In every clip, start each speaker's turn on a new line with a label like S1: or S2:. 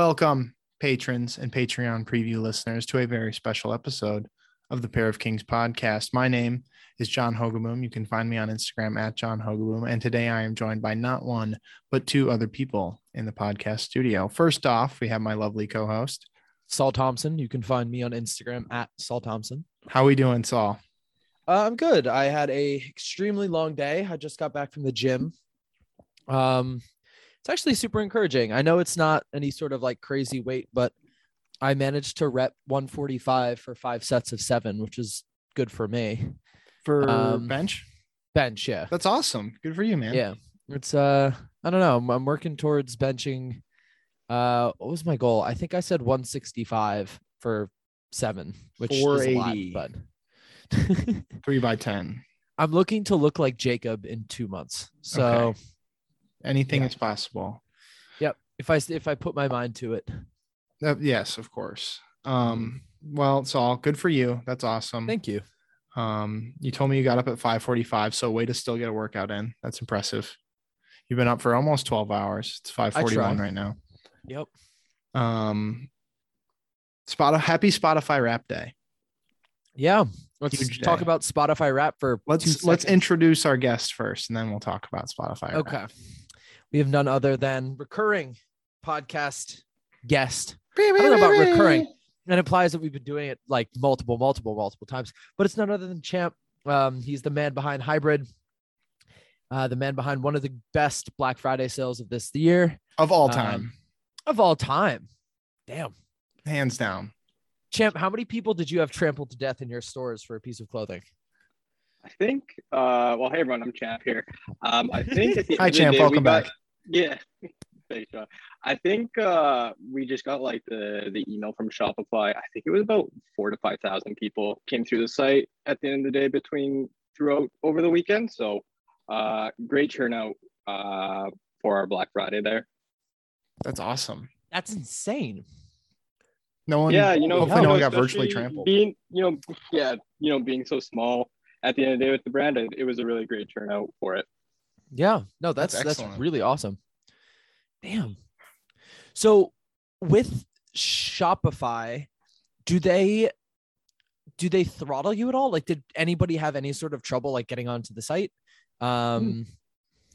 S1: Welcome, patrons and Patreon preview listeners, to a very special episode of the Pair of Kings podcast. My name is John Hogaboom. You can find me on Instagram at John Hogaboom. And today I am joined by not one, but two other people in the podcast studio. First off, we have my lovely co host.
S2: Saul Thompson. You can find me on Instagram at Saul Thompson.
S1: How we doing, Saul?
S2: Uh, I'm good. I had a extremely long day. I just got back from the gym. Um, it's actually super encouraging. I know it's not any sort of like crazy weight, but I managed to rep 145 for five sets of seven, which is good for me.
S1: For
S2: Um,
S1: bench?
S2: Bench, yeah,
S1: That's awesome. Good for you, man.
S2: yeah. It's uh, I don't know. I'm, I'm working towards benching. Uh, what was my goal? I think I said 165 for seven, which is a lot,
S1: 480.
S2: but.
S1: Three by 10.
S2: I'm looking to look like Jacob in two months. So
S1: Okay. Anything
S2: Yeah.
S1: is possible.
S2: if I if I put my mind to it,
S1: Uh, yes, of course. Um, well, Saul, good for you. That's awesome.
S2: thank you.
S1: Um, you told me you got up at 5:45, so way to still get a workout in. That's impressive. You've been up for almost 12 hours. It's 5:41 right now.
S2: Yep.
S1: Um, Spotify, happy Spotify Rap Day.
S2: Yeah. Let's
S1: Huge
S2: talk
S1: day.
S2: about Spotify Rap for two
S1: Let's let's
S2: seconds.
S1: introduce our guest first, and then we'll talk about Spotify. Wrapped.
S2: Okay. We have none other than recurring podcast guest.
S1: I
S2: don't know about recurring. That implies that we've been doing it like multiple, multiple, multiple times. But it's none other than Champ. Um, he's the man behind Hybrid. Uh, the man behind one of the best Black Friday sales of this year
S1: of all
S2: Um,
S1: time,
S2: of all time. Damn.
S1: hands down.
S2: Champ, how many people did you have trampled to death in your stores for a piece of clothing?
S3: I think. Uh, well, hey everyone, I'm Champ here. Um, I think. At the
S1: Hi,
S3: end of the
S1: Champ.
S3: day, we
S1: Welcome
S3: got-
S1: back.
S3: Yeah. Thanks, Sean. I think uh, we just got like the the email from Shopify. I think it was about four to five thousand people came through the site at the end of the day between throughout over the weekend. So, uh, great turnout uh, for our Black Friday there.
S1: That's awesome.
S2: That's insane.
S1: No one.
S3: yeah, you know,
S1: hopefully
S3: you
S1: no one
S3: know,
S1: got virtually
S3: especially
S1: trampled.
S3: Being, you know, yeah, you know, being so small at the end of the day with the brand, it, it was a really great turnout for it.
S2: Yeah. No, that's
S1: That's
S2: that's,
S1: excellent.
S2: really awesome. Damn. So with Shopify, do they do they throttle you at all? Like did anybody have any sort of trouble like getting onto the site? Um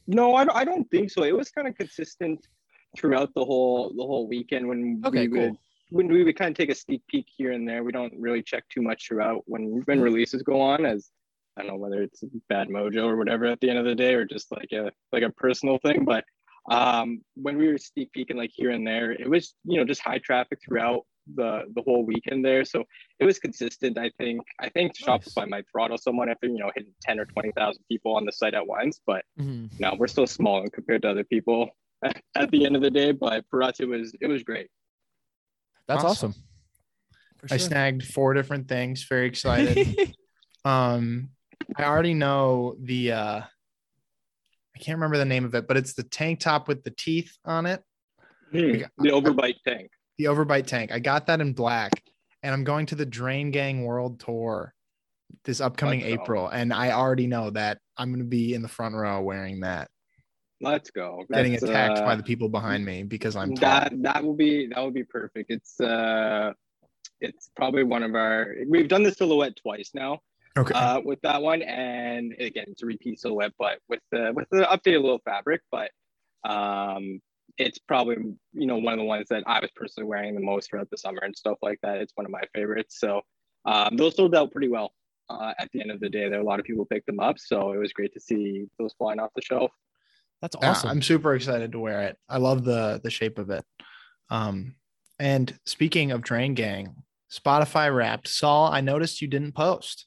S3: No, I don't, I don't think so. It was kind of consistent throughout the whole the whole weekend when
S2: okay,
S3: we would
S2: cool.
S3: when we would kind of take a sneak peek here and there. We don't really check too much throughout when
S2: Mm-hmm.
S3: when releases go on as I don't know whether it's bad mojo or whatever at the end of the day or just like a like a personal thing, but um when we were sneak peeking like here and there, it was you know just high traffic throughout the the whole weekend there. So it was consistent. I think I think
S2: Nice.
S3: Shopify might throttle someone if they're you know hitting ten or twenty thousand people on the site at once, but
S2: Mhm.
S3: no, we're still small compared to other people at the end of the day, but for us it was it was great.
S2: That's
S1: Awesome.
S2: awesome.
S1: I snagged four different things. Very excited. um i already know the uh i can't remember the name of it but it's the tank top with the teeth on it Hmm.
S3: The overbite tank.
S1: the overbite tank i got that in black and i'm going to the drain gang world tour this upcoming
S3: Let's go.
S1: april and i already know that i'm going to be in the front row wearing that
S3: Let's go.
S1: getting
S3: That's,
S1: attacked
S3: uh,
S1: by the people behind me because i'm tall.
S3: that that will be that will be perfect. It's uh it's probably one of our we've done the silhouette twice now
S1: okay
S3: uh, with that one and again it's a repeat silhouette but with the with the updated little fabric but um it's probably you know one of the ones that i was personally wearing the most throughout the summer and stuff like that it's one of my favorites so um, those sold out pretty well uh, at the end of the day there a lot of people picked them up so it was great to see those flying off the shelf
S2: That's
S1: Yeah,
S2: awesome.
S1: I'm super excited to wear it. I love the the shape of it. Um, and speaking of Drain Gang, Spotify Wrapped, Saul, I noticed you didn't post.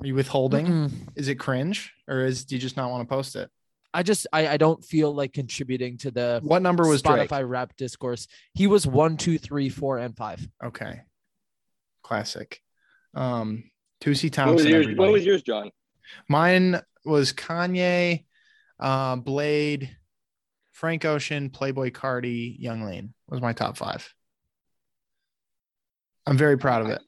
S1: Are you withholding?
S2: Mm-mm.
S1: Is it cringe, or is do you just not want to post it?
S2: I just I, I don't feel like contributing to the
S1: What number was
S2: Spotify
S1: Drake?
S2: rap discourse. He was one, two, three, four, and five.
S1: Okay, classic. Um, Tusi
S3: what was
S1: Thompson.
S3: yours
S1: everybody.
S3: what was yours john
S1: Mine was Kanye, uh, Blade, Frank Ocean, Playboy Cardi, Young Lean was my top five. I'm very proud of it.
S3: I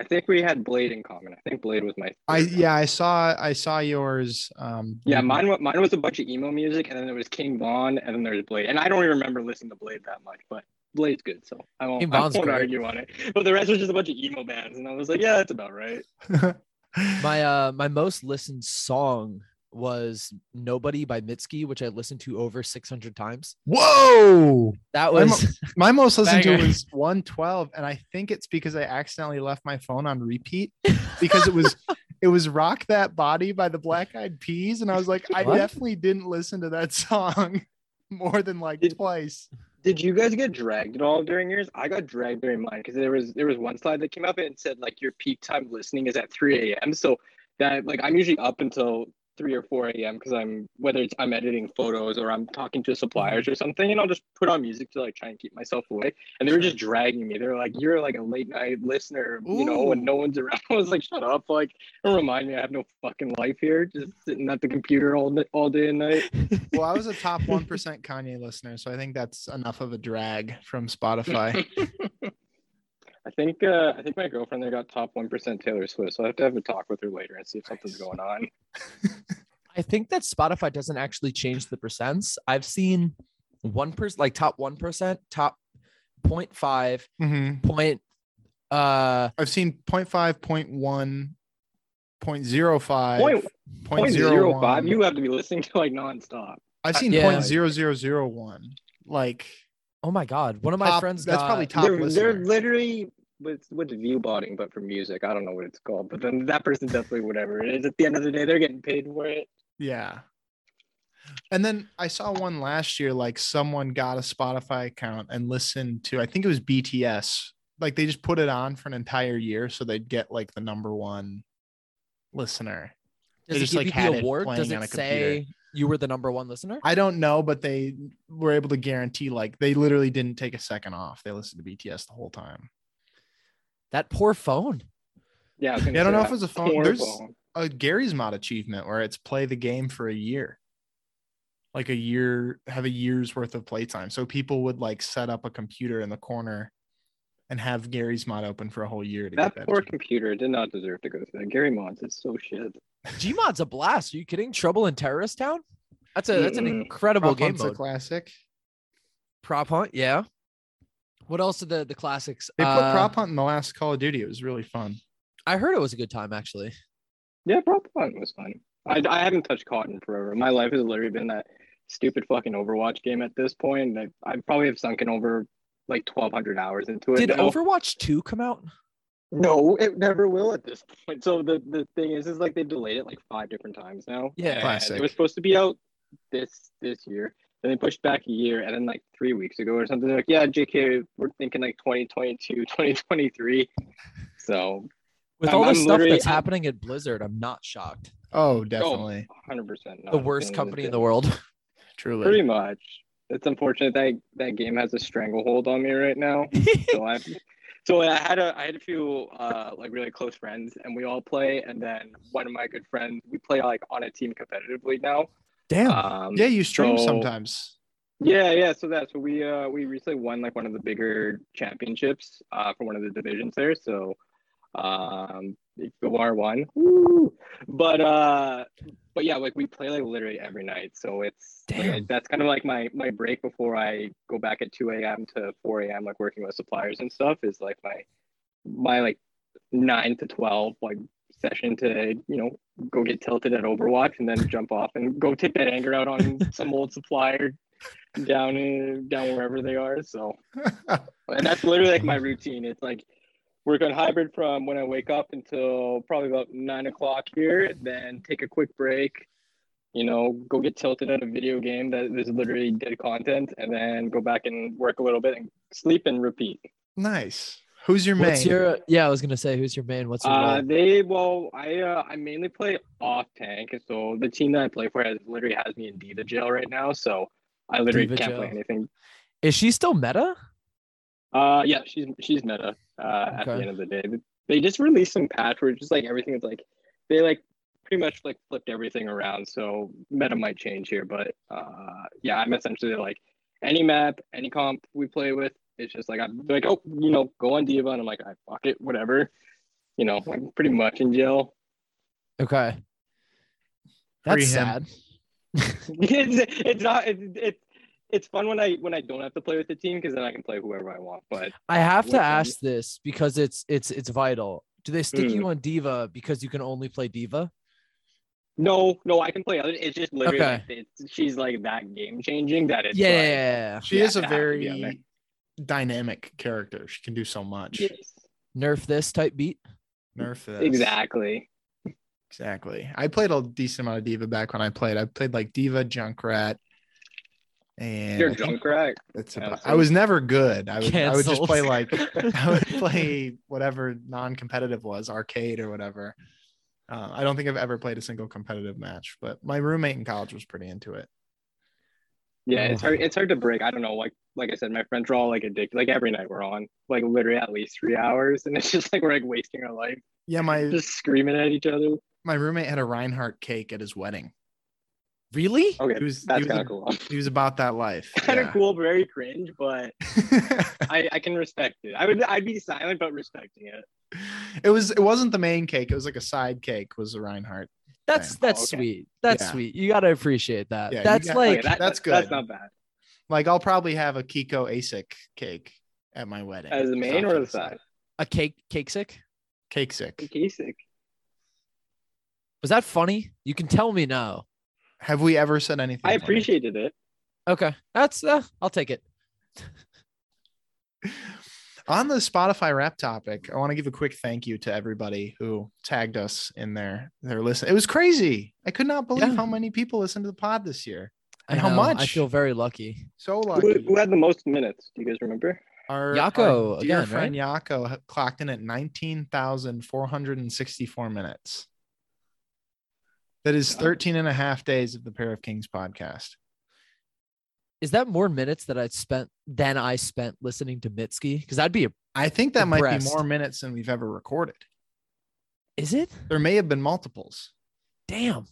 S3: I think we had Blade in common. I think Blade was my.
S1: I
S3: favorite.
S1: yeah, I saw I saw yours. Um,
S3: Yeah,
S2: Mm-hmm.
S3: mine wa- mine was a bunch of emo music, and then there was King Von, and then there was Blade, and I don't even remember listening to Blade that much, but Blade's good, so I won't,
S2: King
S3: I
S2: Von's
S3: won't
S2: great.
S3: argue on it. But the rest was just a bunch of emo bands, and I was like, yeah, that's about right.
S2: My uh my most listened song was Nobody by Mitski, which I listened to over 600 times.
S1: Whoa!
S2: That
S1: I'm-
S2: was
S1: My most listened to
S2: Banger.
S1: was 112, and I think it's because I accidentally left my phone on repeat because it was it was "Rock That Body" by the Black Eyed Peas, and I was like, I
S2: What?
S1: definitely didn't listen to that song more than like
S3: Did-
S1: twice.
S3: Did you guys get dragged at all during yours? I got dragged during mine because there was there was one slide that came up and it said like your peak time listening is at 3 a.m. So that like I'm usually up until 3 or 4 a.m. because I'm whether it's I'm editing photos or I'm talking to suppliers or something and I'll just put on music to like try and keep myself awake. And they were just dragging me. They were like, "You're like a late night listener, you know, when
S1: Ooh.
S3: no one's around." I was like, "Shut up!" Like, don't remind me I have no fucking life here, just sitting at the computer all ni- all day and night.
S1: Well, I was a top one percent Kanye listener, so I think that's enough of a drag from Spotify.
S3: I think uh, I think my girlfriend there got top one percent Taylor Swift, so I have to have a talk with her later and see if something's
S1: Nice.
S3: going on.
S2: I think that Spotify doesn't actually change the percents. I've seen one percent like top one percent, top 0.5,
S1: Mhm.
S2: point uh
S1: I've seen 0.5, 0.1, 0.05,
S3: Point, point
S1: 0.01.
S3: zero five. You have to be listening to like nonstop.
S1: I've seen
S2: Yeah.
S1: 0.0001. Like
S2: oh my god, one of my
S1: top-
S2: friends
S1: that's
S2: got
S1: probably top
S3: They're,
S1: listener.
S3: they're literally with with view botting, but for music. I don't know what it's called, but then that person definitely whatever it is. At the end of the day, they're getting paid for it.
S1: Yeah. And then I saw one last year, like someone got a Spotify account and listened to, I think it was BTS. Like they just put it on for an entire year so they'd get like the number one listener. they
S2: does it
S1: just,
S2: give
S1: like,
S2: you
S1: had
S2: the
S1: it
S2: award? Does
S1: playing on a
S2: it
S1: computer.
S2: say you were the number one listener?
S1: I don't know, but they were able to guarantee like they literally didn't take a second off. They listened to BTS the whole time.
S2: that poor phone.
S3: Yeah, was gonna
S1: Yeah, I don't
S3: say
S1: know if
S3: that.
S1: it was a phone-
S3: Poor
S1: there's-
S3: phone.
S1: A Uh, Gary's Mod achievement where it's play the game for a year. Like a year, have a year's worth of playtime. So people would like set up a computer in the corner and have Gary's Mod open for a whole year to
S3: That
S1: get that.
S3: poor
S1: achievement.
S3: computer did not deserve to go through that. Gary Mons is so shit.
S2: Gmod's a blast. Are you kidding? Trouble in Terrorist Town? That's a that's an
S3: Mm-mm.
S2: incredible
S1: Prop
S2: game
S1: Hunt's a
S2: mode.
S1: classic.
S2: prop hunt, yeah. What else are the the classics?
S1: They put
S2: Uh,
S1: prop hunt in the last Call of Duty. It was really fun.
S2: I heard it was a good time actually.
S3: Yeah, Prop Hunt was fun. I, I haven't touched Cotton forever. My life has literally been that stupid fucking Overwatch game at this point. I, I probably have sunken over like 1,200 hours into it.
S2: Did
S3: now.
S2: Overwatch 2 come out?
S3: No, it never will at this point. So the, the thing is, is like they've delayed it like five different times now.
S2: Yeah.
S3: And
S1: Classic.
S3: It was supposed to be out this this year. Then they pushed back a year, and then like three weeks ago or something, they're like, yeah, JK, we're thinking like 2022, 2023. So
S2: With
S3: I'm-
S2: all the
S3: I'm
S2: stuff
S3: literally-
S2: that's
S3: I'm-
S2: happening at Blizzard, I'm not shocked.
S1: Oh, definitely.
S3: 100%.
S2: The worst company in the world.
S1: Truly.
S3: Pretty much. It's unfortunate that that game has a stranglehold on me right now. So I, so I had a I had a few uh, like really close friends, and we all play. And then one of my good friends, we play like on a team competitively now.
S2: Damn.
S3: Um,
S1: yeah, you stream
S3: so-
S1: sometimes.
S3: yeah, yeah. So that's what we uh we recently won like one of the bigger championships uh for one of the divisions there. So um Gawar won. Woo! But uh but yeah, like we play like literally every night. So it's like,
S2: Damn.
S3: that's kind of like my my break before I go back at two AM to four AM like working with suppliers and stuff is like my my like nine to twelve like session to you know go get tilted at Overwatch and then jump off and go take that anger out on some old supplier down in down wherever they are. So and that's literally like my routine. It's like work on hybrid from when I wake up until probably about nine o'clock here, then take a quick break, you know, go get tilted at a video game that is literally dead content, and then go back and work a little bit and sleep and repeat.
S1: nice. Who's your main?
S2: What's your yeah, I was gonna say who's your main? What's your
S3: Uh,
S2: role?
S3: they well, I uh, I mainly play off tank, so the team that I play for has literally has me in diva jail right now. So I literally
S2: Diva
S3: can't play
S2: jail.
S3: anything.
S2: Is she still meta?
S3: Uh, yeah, she's she's meta. Uh, at the
S2: Okay.
S3: end of the day, they just released some patch where just like everything is like they like pretty much like flipped everything around. So meta might change here, but uh, yeah, I'm essentially like any map, any comp we play with. It's just like I'm like oh you know go on diva and I'm like I fuck it whatever. you know, like pretty much in jail.
S2: Okay.
S1: Free
S2: That's
S1: him.
S2: sad.
S3: it's, it's not. It's, it's it's fun when I when I don't have to play with the team because then I can play whoever I want. But
S2: I have to
S3: Listen.
S2: ask this because it's it's it's vital. Do they stick
S3: Hmm.
S2: you on diva because you can only play diva?
S3: no, no, I can play other. It's just literally
S2: Okay.
S3: like, it's, she's like that game changing that it's
S2: Yeah,
S3: like,
S2: yeah, yeah,
S1: She
S3: Yeah,
S1: is a
S3: it has to be on there.
S1: very dynamic character. She can do so much.
S3: yes,
S2: yeah. Nerf this type beat.
S1: Nerf this.
S3: exactly.
S1: Exactly. I played a decent amount of Diva back when I played. I played like Diva, Junkrat, and
S3: You're
S1: I think
S3: drunk, right?
S1: that's
S3: Yeah,
S1: about-
S3: so-
S1: I was never good. I would, I would just
S2: Cancelled.
S1: play like I would play whatever non-competitive was, arcade or whatever. Uh, I don't think I've ever played a single competitive match, but my roommate in college was pretty into it.
S3: Yeah, it's
S2: Oh.
S3: hard. It's hard to break. I don't know. Like, like I said, my friends are all like addicted. Like every night we're on, like literally at least three hours, and it's just like we're like wasting our life,
S1: Yeah, my
S3: just screaming at each other.
S1: my roommate had a Reinhardt cake at his wedding.
S2: Really?
S3: Okay,
S1: He was
S3: that's
S1: he was,
S3: kind of cool.
S1: he was about that life.
S3: kind of cool, but very cringe, but
S1: Yeah.
S3: I, I can respect it. I would I'd be silent but respecting it.
S1: it was it wasn't the main cake. It was like a side cake. Was the Reinhardt?
S2: That's
S1: Oh,
S2: that's
S3: okay.
S2: sweet. That's
S1: Yeah.
S2: sweet. You gotta appreciate that.
S1: Yeah, you
S2: that's
S1: got-
S3: Okay,
S2: like
S3: that-
S1: that's
S3: that- That's
S1: good.
S3: not bad.
S1: Like I'll probably have a Kiko Asic cake at my wedding.
S3: As the main
S1: Stuff
S3: or the
S1: like
S3: side?
S2: a cake cake sick.
S1: that. Cake sick.
S3: Kasich.
S2: Was that funny? You can tell me now.
S1: Have we ever said anything?
S3: I
S1: funny?
S3: appreciated it.
S2: Okay. That's uh, I'll take it.
S1: On the Spotify rap topic, I want to give a quick thank you to everybody who tagged us in their their listen. It was crazy. I could not believe
S2: Yeah.
S1: how many people listened to the pod this year.
S2: I
S1: And how
S2: know. I
S1: much?
S2: feel very lucky.
S1: So
S3: Who,
S1: lucky.
S3: who had the most minutes? Do you guys remember?
S1: Our,
S2: Yako
S1: our dear
S2: again,
S1: friend Yako ha- clocked in at 19,464 minutes. That is 13 and a half days of the Pair of Kings podcast.
S2: Is that more minutes that I spent than I spent listening to Mitski? Because that'd be a
S1: I think that might be
S2: Impressed.
S1: more minutes than we've ever recorded.
S2: is it?
S1: There may have been multiples.
S2: Damn.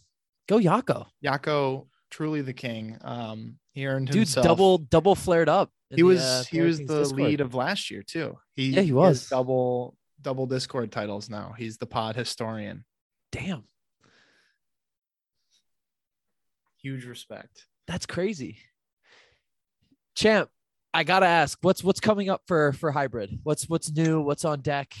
S2: Go Yako.
S1: Yako, truly the king. Um, he earned
S2: Dude,
S1: himself.
S2: double double flared up. in
S1: He
S2: the,
S1: was
S2: uh,
S1: he
S2: Parrot
S1: was
S2: Kings
S1: the
S2: Discord.
S1: lead of last year too. He
S2: Yeah, he
S1: has
S2: was.
S1: double double Discord titles now. He's the pod historian.
S2: Damn,
S1: Huge respect.
S2: that's crazy. Champ, I gotta ask, what's what's coming up for for hybrid? What's what's new? What's on deck?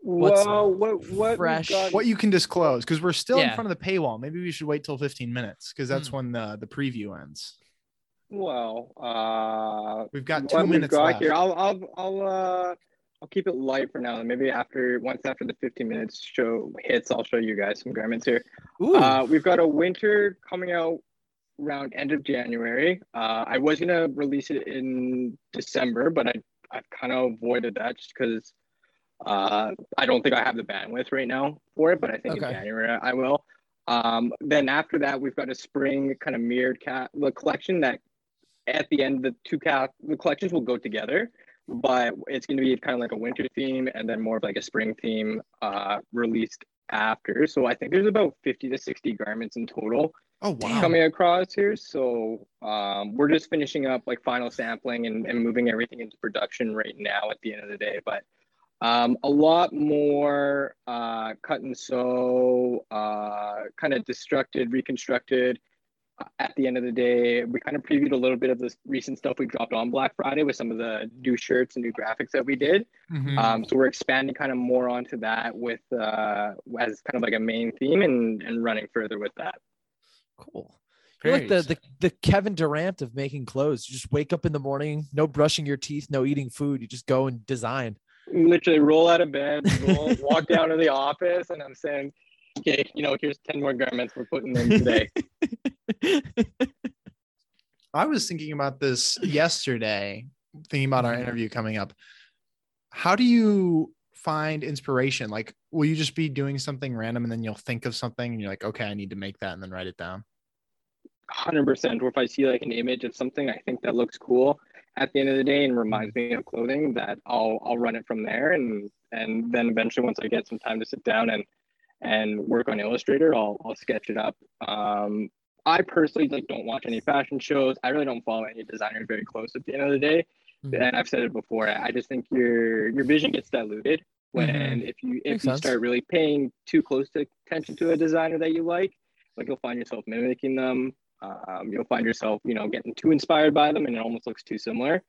S2: What's
S3: Whoa, what what we've
S2: fresh?
S3: got-
S1: What you can disclose because we're still in
S2: Yeah. Hmm.
S1: front of the paywall. Maybe we should wait till 15 minutes because that's when the the preview ends.
S3: Well, uh,
S1: We've got two
S3: what we've
S1: minutes
S3: got
S1: left.
S3: here. I'll I'll I'll uh I'll keep it light for now. And maybe after once after the 15 minutes show hits, I'll show you guys some garments here.
S2: Ooh,
S1: Um,
S3: Uh, we've got a winter coming out around end of January. Uh, I was gonna release it in December, but I I kind of avoided that just because uh, I don't think I have the bandwidth right now for it. But I think
S2: Okay.
S3: in January I will. Um, then after that, we've got a spring kind of mirrored cat the collection that at the end the two cat the collections will go together. But it's going to be kind of like a winter theme and then more of like a spring theme uh, released after. So I think there's about 50 to 60 garments in total
S1: Oh wow.
S2: Damn.
S3: coming across here. So um, we're just finishing up like final sampling and, and moving everything into production right now at the end of the day. But um, a lot more uh, cut and sew, uh, kind of destructed, reconstructed. Uh, At the end of the day, we kind of previewed a little bit of this recent stuff we dropped on Black Friday with some of the new shirts and new graphics that we did.
S2: Uh,
S1: Mhm.
S3: Um, so we're expanding kind of more onto that with uh, as kind of like a main theme and, and running further with that.
S2: cool. You're like
S1: Very
S2: the, the the Kevin Durant of making clothes. You just wake up in the morning, no brushing your teeth, no eating food. You just go and design.
S3: Literally roll out of bed, roll, walk down to the office, and I'm saying, okay, you know, here's 10 more garments we're putting in today.
S1: I was thinking about this yesterday, thinking about
S2: Mm-hmm.
S1: our interview coming up. How do you find inspiration? Like, will you just be doing something random and then you'll think of something and you're like, okay, I need to make that and then write it down?
S3: 100% or if I see like an image of something I think that looks cool at the end of the day and reminds me of clothing that I'll I'll run it from there and and then eventually once I get some time to sit down and and work on Illustrator I'll I'll sketch it up. Um, I personally like don't watch any fashion shows. I really don't follow any designers very close at the end of the day.
S2: Mhm.
S3: And I've said it before. I I just think your your vision gets diluted when
S1: Mhm.
S3: if you if
S2: Makes
S3: you
S2: sense.
S3: start really paying too close to attention to a designer that you like like you'll find yourself mimicking them um, you'll find yourself you know getting too inspired by them and it almost looks too similar